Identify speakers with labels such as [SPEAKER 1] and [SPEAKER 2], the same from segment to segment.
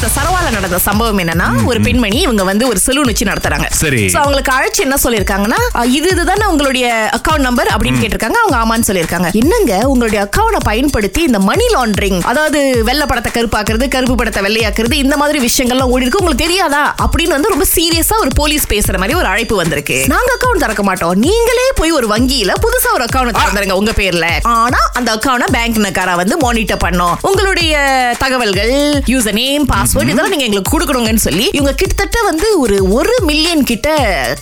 [SPEAKER 1] கேரளால நடந்த சம்பவம் என்னன்னா ஒரு பெண்மணி இவங்க வந்து ஒரு சலூன் வச்சு நடத்துறாங்க
[SPEAKER 2] சரி.
[SPEAKER 1] So, அவங்களுக்கு அழைச்சு என்ன சொல்லிருக்காங்கன்னா இது இதுதானே உங்களுடைய அக்கவுண்ட் நம்பர் அப்படின்னு கேட்டிருக்காங்க அவங்க ஆமான்னு சொல்லியிருக்காங்க என்னங்க உங்களுடைய அக்கவுண்ட பயன்படுத்தி இந்த மணி லாண்டரிங் அதாவது வெள்ளை படத்தை கருப்பாக்குறது கருப்பு படத்தை வெள்ளையாக்குறது இந்த மாதிரி விஷயங்கள்லாம் ஓடி இருக்கு உங்களுக்கு தெரியாதா அப்படின்னு வந்து ரொம்ப சீரியஸா ஒரு போலீஸ் பேசுற மாதிரி ஒரு அழைப்பு வந்திருக்கு நாங்க அக்கவுண்ட் திறக்க மாட்டோம் நீங்களே போய் ஒரு வங்கியில புதுசா ஒரு அக்கவுண்ட் திறந்துருங்க உங்க பேர்ல ஆனா அந்த அக்கவுண்ட் பேங்க்னக்காரா வந்து மானிட்டர் பண்ணோம் உங்களுடைய தகவல்கள் யூசர் நேம் பாஸ்வேர்ட் இதெல்லாம் நீங்க எங்களுக்கு கொடுக்கணுங்கன்னு சொல்லி இவங்க கிட்டத்தட்ட வந்து ஒரு ஒரு மில்லியன் கிட்ட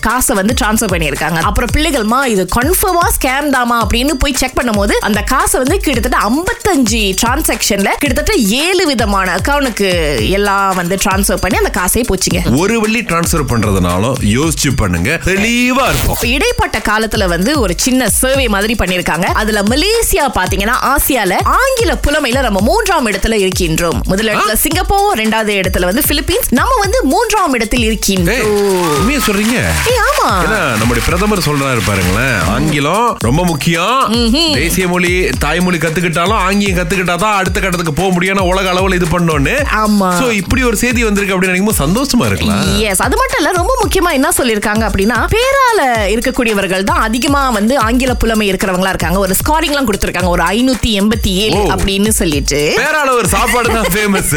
[SPEAKER 1] காசை வந்து ட்ரான்ஸ்ஃபர் பண்ணியிருக்காங்க அப்புறம் பிள்ளைகள்மா இது கன்ஃபார்மா ஸ்கேம் தாமா அப்படின்னு போய் செக் பண்ணும்போது அந்த காசை வந்து கிட்டத்தட்ட ஐம்பத்தஞ்சு டிரான்சாக்ஷன்ல கிட்டத்தட்ட ஏழு விதமான அக்கவுண்ட்டுக்கு எல்லாம் வந்து ட்ரான்ஸ்ஃபர் பண்ணி அந்த காசே போச்சுங்க
[SPEAKER 2] ஒரு வெள்ளி டிரான்ஸ்ஃபர் பண்றதுனாலும் யோசிச்சு பண்ணுங்க தெளிவா இருப்போம்
[SPEAKER 1] இப்போ இடைப்பட்ட காலத்துல வந்து ஒரு சின்ன சர்வே மாதிரி பண்ணிருக்காங்க அதுல மலேசியா பாத்தீங்கன்னா ஆசியால ஆங்கில புலமையில நம்ம மூன்றாம் இடத்துல இருக்கின்றோம் முதல் இடத்துல சிங்கப்பூர் ரெண்டாவது இடத்துல வந்து பிலிப்பீன்ஸ் நம்ம வந்து மூன்றாம் இடத்தில்
[SPEAKER 2] ஏய்,
[SPEAKER 1] இருக்கின்றோம்
[SPEAKER 2] உண்மையா சொல்றீங்க
[SPEAKER 1] ஏய், ஆமா
[SPEAKER 2] ஏன்னா நம்முடைய பிரதமர் சொல்றாரு பாருங்களேன் ஆங்கிலம் ரொம்ப முக்கியம் தேசிய மொழி தாய்மொழி கத்துக்கிட்டாலும் ஆங்கிலம் கத்துக்கிட்டா தான் அடுத்த கட்டத்துக்கு போக முடியும் ஏன்னா உலக அளவுல இது பண்ணோன்னு
[SPEAKER 1] ஆமா.
[SPEAKER 2] சோ இப்படி ஒரு செய்தி வந்திருக்கு அப்படின்னு நினைக்கும் சந்தோஷமா இருக்கலாம்
[SPEAKER 1] எஸ் அது மட்டும் இல்ல ரொம்ப முக்கியமா என்ன சொல்லிருக்காங்க அப்படின்னா பேரால இருக்கக்கூடியவர்கள் தான் அதிகமா வந்து ஆங்கில புலமை இருக்கிறவங்களா இருக்காங்க ஒரு ஸ்காரிங் எல்லாம் கொடுத்திருக்காங்க ஒரு ஐநூத்தி எண்பத்தி ஏழு
[SPEAKER 2] ஓ.
[SPEAKER 1] அப்படின்னு சொல்லிட்டு
[SPEAKER 2] பேரால ஒரு சாப்பாடு தான் ஃபேமஸ்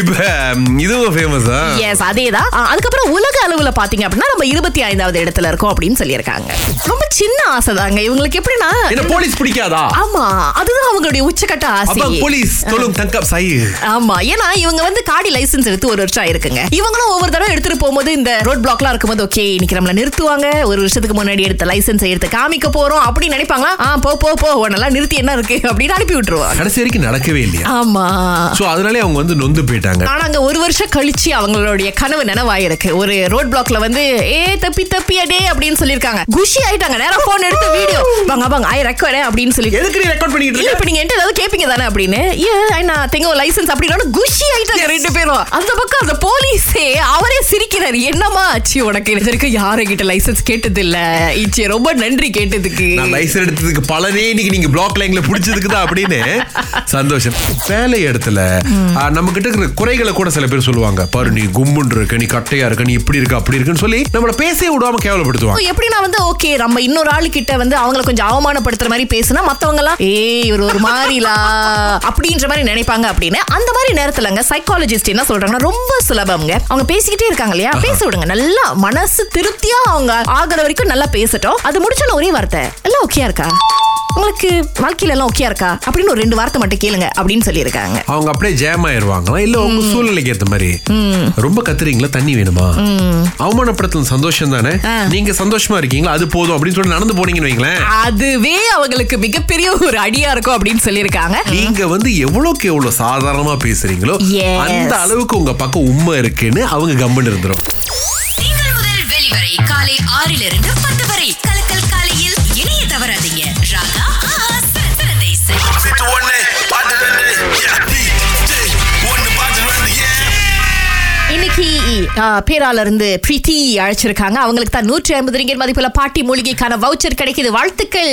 [SPEAKER 2] இப்ப ம், இதுவும் ஃபேமஸா
[SPEAKER 1] எஸ் அதேதான் அஹ், அதுக்கப்புறம் உலக அளவுல பாத்தீங்க அப்படின்னா நம்ம இருபத்தி ஐந்தாவது இடத்துல இருக்கோம் அப்படின்னு சொல்லியிருக்காங்க ரொம்ப சின்ன ஆசை தாங்க இவங்களுக்கு எப்படின்னா
[SPEAKER 2] என்ன போலீஸ் பிடிக்காதா
[SPEAKER 1] ஆமா அதுதான் அவங்களுடைய உச்சக்கட்ட
[SPEAKER 2] அப்ப
[SPEAKER 1] ஆசை
[SPEAKER 2] போலீஸ் தொழும் தங்கப் சாய்
[SPEAKER 1] ஆமா ஏன்னா இவங்க வந்து காடி லைசென்ஸ் எடுத்து ஒரு வருஷம் ஆயிருக்குங்க இவங்களும் ஒவ்வொரு தடவை எடுத்துட்டு போகும்போது இந்த ரோட் பிளாக்லாம் இருக்கும்போது ஓகே இன்னைக்கு நம்மள நிறுத்துவாங்க ஒரு வருஷத்துக்கு முன்னாடி எடுத்த லைசென்ஸ் எடுத்து காமிக்க போறோம் அப்படின்னு நினைப்பாங்களா ஆ போ போ போ உன்னெல்லாம் நிறுத்தி என்ன இருக்கு அப்படின்னு அனுப்பி விட்டுருவாங்க
[SPEAKER 2] கடைசி வரைக்கும் நடக்கவே இல்லையா
[SPEAKER 1] ஆமா
[SPEAKER 2] சோ அதனாலே அவங்க வந்து நொந்து போயிட்டாங்க
[SPEAKER 1] ஆனா அங்க ஒரு வருஷம் கழிச்சு அவங்களுடைய கனவு நனவாயிருக்கு ஒரு ரோட் பிளாக்ல வந்து ஏ தப்பி தப்பி அடே அப்படின்னு சொல்லிருக்காங்க குஷி ஆயிட்டாங்க நேரா போன் எடுத்து வீடியோ வாங்க வாங்க ஐ ரெக்கார்டு அப்படின்னு சொல்லி
[SPEAKER 2] எதுக்கு நீ ரெக்கார்ட் பண்ணிட்டு
[SPEAKER 1] இல்ல
[SPEAKER 2] இருக்க
[SPEAKER 1] இப்ப நீங்க என்கிட்ட ஏதாவது கேப்பீங்க தானே அப்படின்னு ஏ நான் தெங்க லைசென்ஸ் அப்படின்னு குஷி ஆயிட்டாங்க ரெண்டு பேரும் அந்த பக்கம் அந்த போலீஸே அவரே சிரிக்கிறாரு என்னமா ஆச்சு உனக்கு இது வரைக்கும் யாரு கிட்ட லைசென்ஸ் கேட்டது இல்ல இச்சி ரொம்ப நன்றி கேட்டதுக்கு
[SPEAKER 2] நான் லைசன் எடுத்ததுக்கு பலனே இன்னைக்கு நீங்க பிளாக் லைன்ல பிடிச்சதுக்கு தான் அப்படின்னு சந்தோஷம் வேலை இடத்துல நம்ம கிட்ட இருக்கிற குறைகளை கூட சில பேர் சொல்லுவாங்க பாரு நீ கும்புன்னு இருக்க நீ கட்டையா இருக்க நீ இப்படி இருக்க அப்படி இருக்குன்னு சொல்லி நம்மள பேசவே விடாம கேவலப்படுத்துவாங்க
[SPEAKER 1] எப்படி நான் வந்து ஓகே நம்ம இன்னொரு ஆளு கிட்ட வந்து அவங்கள கொஞ்சம் அவமானப்படுத்துற மாதிரி பேசுனா மத்தவங்க எல்லாம் ஏய் இவர் ஒரு மாதிரிலா அப்படின்ற மாதிரி நினைப்பாங்க அப்படின்னு அந்த மாதிரி நேரத்துலங்க சைக்காலஜிஸ்ட் என்ன சொல்றாங்கன்னா ரொம்ப சுலபம்ங்க அவங்க பேசிக்கிட்டே இருக்காங்க இல்லையா பேச விடுங்க நல்லா மனசு திருப்தியா அவங்க ஆகுற வரைக்கும் நல்லா பேசட்டும் அது முடிச்சோன்னு ஒரே வார்த்தை எல்லாம் ஓகேயா இருக்கா உங்களுக்கு வாழ்க்கையில எல்லாம் ஓகேயா இருக்கா அப்படின்னு ஒரு ரெண்டு வார்த்தை மட்டும் கேளுங்க அப்படின்னு சொல்லியிருக்காங்க
[SPEAKER 2] அவங்க அப்படியே ஜாம் ஆயிருவாங்களா இல்ல உங்க சூழ்நிலைக்கு ஏத்த மாதிரி ரொம்ப கத்துறீங்களா தண்ணி வேணுமா அவமானப்படுத்தல சந்தோஷம் தானே நீங்க சந்தோஷமா இருக்கீங்களா அது போதும் அப்படின்னு சொல்லி நடந்து போனீங்கன்னு வைங்களேன்
[SPEAKER 1] அதுவே அவங்களுக்கு மிகப்பெரிய ஒரு அடியா இருக்கும் அப்படின்னு சொல்லியிருக்காங்க
[SPEAKER 2] நீங்க வந்து எவ்வளவுக்கு எவ்வளவு சாதாரணமா பேசுறீங்களோ
[SPEAKER 1] Yes.
[SPEAKER 2] அந்த அளவுக்கு உங்க பக்கம் உண்மை இருக்குன்னு அவங்க கம்மன் இருந்துரும்
[SPEAKER 3] திங்கள் முதல் வெளிவரை காலை ஆறிலிருந்து பத்து வரை கலக்கல் காலையில் இணைய தவறாதீங்க ராகா ஆஹா, சிறந்த இசை.
[SPEAKER 4] Sit to one day, part to the day. Yeah, DJ, one to part to the yeah.
[SPEAKER 1] இன்னைக்கு ஆ, பேரால இருந்து பிரீத்தி அழைச்சிருக்காங்க அவங்களுக்கு தான் நூற்றி ஐம்பது ரிங்கெட் மதிப்புல பாட்டி மூலிகைக்கான வவுச்சர் கிடைக்குது வாழ்த்துக்கள்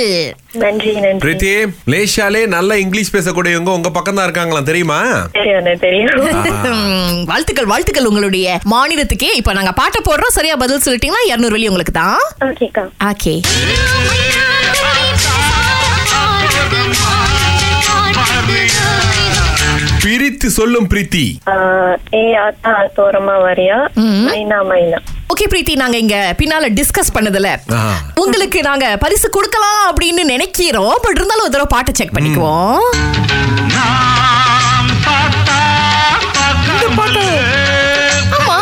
[SPEAKER 5] நன்றி நன்றி
[SPEAKER 2] பிரீத்தி லேஷாலே நல்லா இங்கிலீஷ் பேசக்கூடியவங்க உங்க பக்கம் தான் இருக்காங்களா தெரியுமா
[SPEAKER 5] தெரியும் அண்ணே, தெரியும்
[SPEAKER 1] ம், வாழ்த்துக்கள் வாழ்த்துக்கள் உங்களுடைய மாநிலத்துக்கே இப்ப நாங்க பாட்டை போடுறோம் சரியா பதில் சொல்லிட்டீங்கன்னா இருநூறு வெளி உங்களுக்கு தான்
[SPEAKER 5] ஓகேக்கா
[SPEAKER 1] ஓகே
[SPEAKER 2] பிரித்து சொல்லும் பிரீத்தி
[SPEAKER 5] ஆஹ், ஏ ஆத்தா தோரமா வரியா மைனா மைனா
[SPEAKER 1] ஓகே பிரீத்தி நாங்க இங்க பின்னால டிஸ்கஸ் பண்ணதுல
[SPEAKER 2] ஆ.
[SPEAKER 1] உங்களுக்கு நாங்க பரிசு கொடுக்கலாம் அப்படின்னு நினைக்கிறோம் பட் இருந்தாலும் ஒரு தடவை பாட்டை செக் பண்ணிக்குவோம் இந்த பாட்டு. ஆமா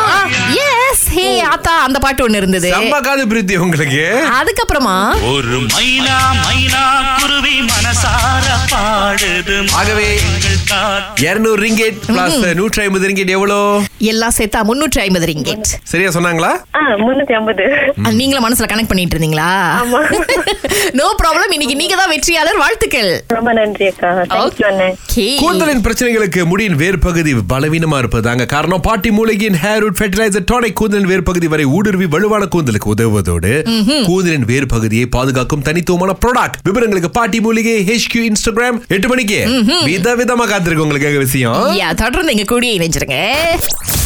[SPEAKER 1] எஸ் ஹே ஆத்தா அந்த பாட்டு ஒண்ணு இருந்தது
[SPEAKER 2] செம்மக்காது பிரீத்தி உங்களுக்கு
[SPEAKER 1] அதுக்கப்புறமா
[SPEAKER 6] ஒரு மைனா மைனா குருவி மனசார பாடுது
[SPEAKER 2] ஆகவே
[SPEAKER 6] மரங்கள் காத்து
[SPEAKER 2] இருநூறு ரிங்கெட் பிளஸ் நூற்றி ஐம்பது ரிங்கெட் எவ்வளோ
[SPEAKER 1] எல்லாம் சேர்த்தா முன்னூற்றி ஐம்பது ரிங்கெட்
[SPEAKER 2] சரியா சொன்னாங்களா
[SPEAKER 5] ஆ முன்னூத்தி ஐம்பது
[SPEAKER 1] அது நீங்களும் மனசுல கனெக்ட் பண்ணிட்டு இருந்தீங்களா
[SPEAKER 5] ஆமா.
[SPEAKER 1] நோ ப்ராப்ளம் இன்னைக்கு நீங்க தான் வெற்றியாளர் வாழ்த்துக்கள்
[SPEAKER 5] ரொம்ப நன்றி அக்கா தேங்க்யூ அண்ணே
[SPEAKER 1] Okay.
[SPEAKER 2] கூந்தலின் பிரச்சனைகளுக்கு முடியின் வேர் பகுதி பலவீனமா இருப்பதாங்க காரணம் பாட்டி மூலிகையின் ஹேர் ரூட் ஃபெர்டிலைசர் டானிக் கூந்தலின் வேர் பகுதி வரை ஊடுருவி வலுவான கூந்தலுக்கு உதவுவதோடு கூந்தலின் வேர் பகுதியை பாதுகாக்கும் தனித்துவமான ப்ராடக்ட் விவரங்களுக்கு பாட்டி மூலிகை HQ இன்ஸ்டாகிராம் எட்டு மணிக்கு விதவிதமா காத்திருக்கு உங்களுக்கு எங்க விஷயம்
[SPEAKER 1] Yeah, தொடர்ந்து எங்க கூடிய இணைஞ்சிருங்க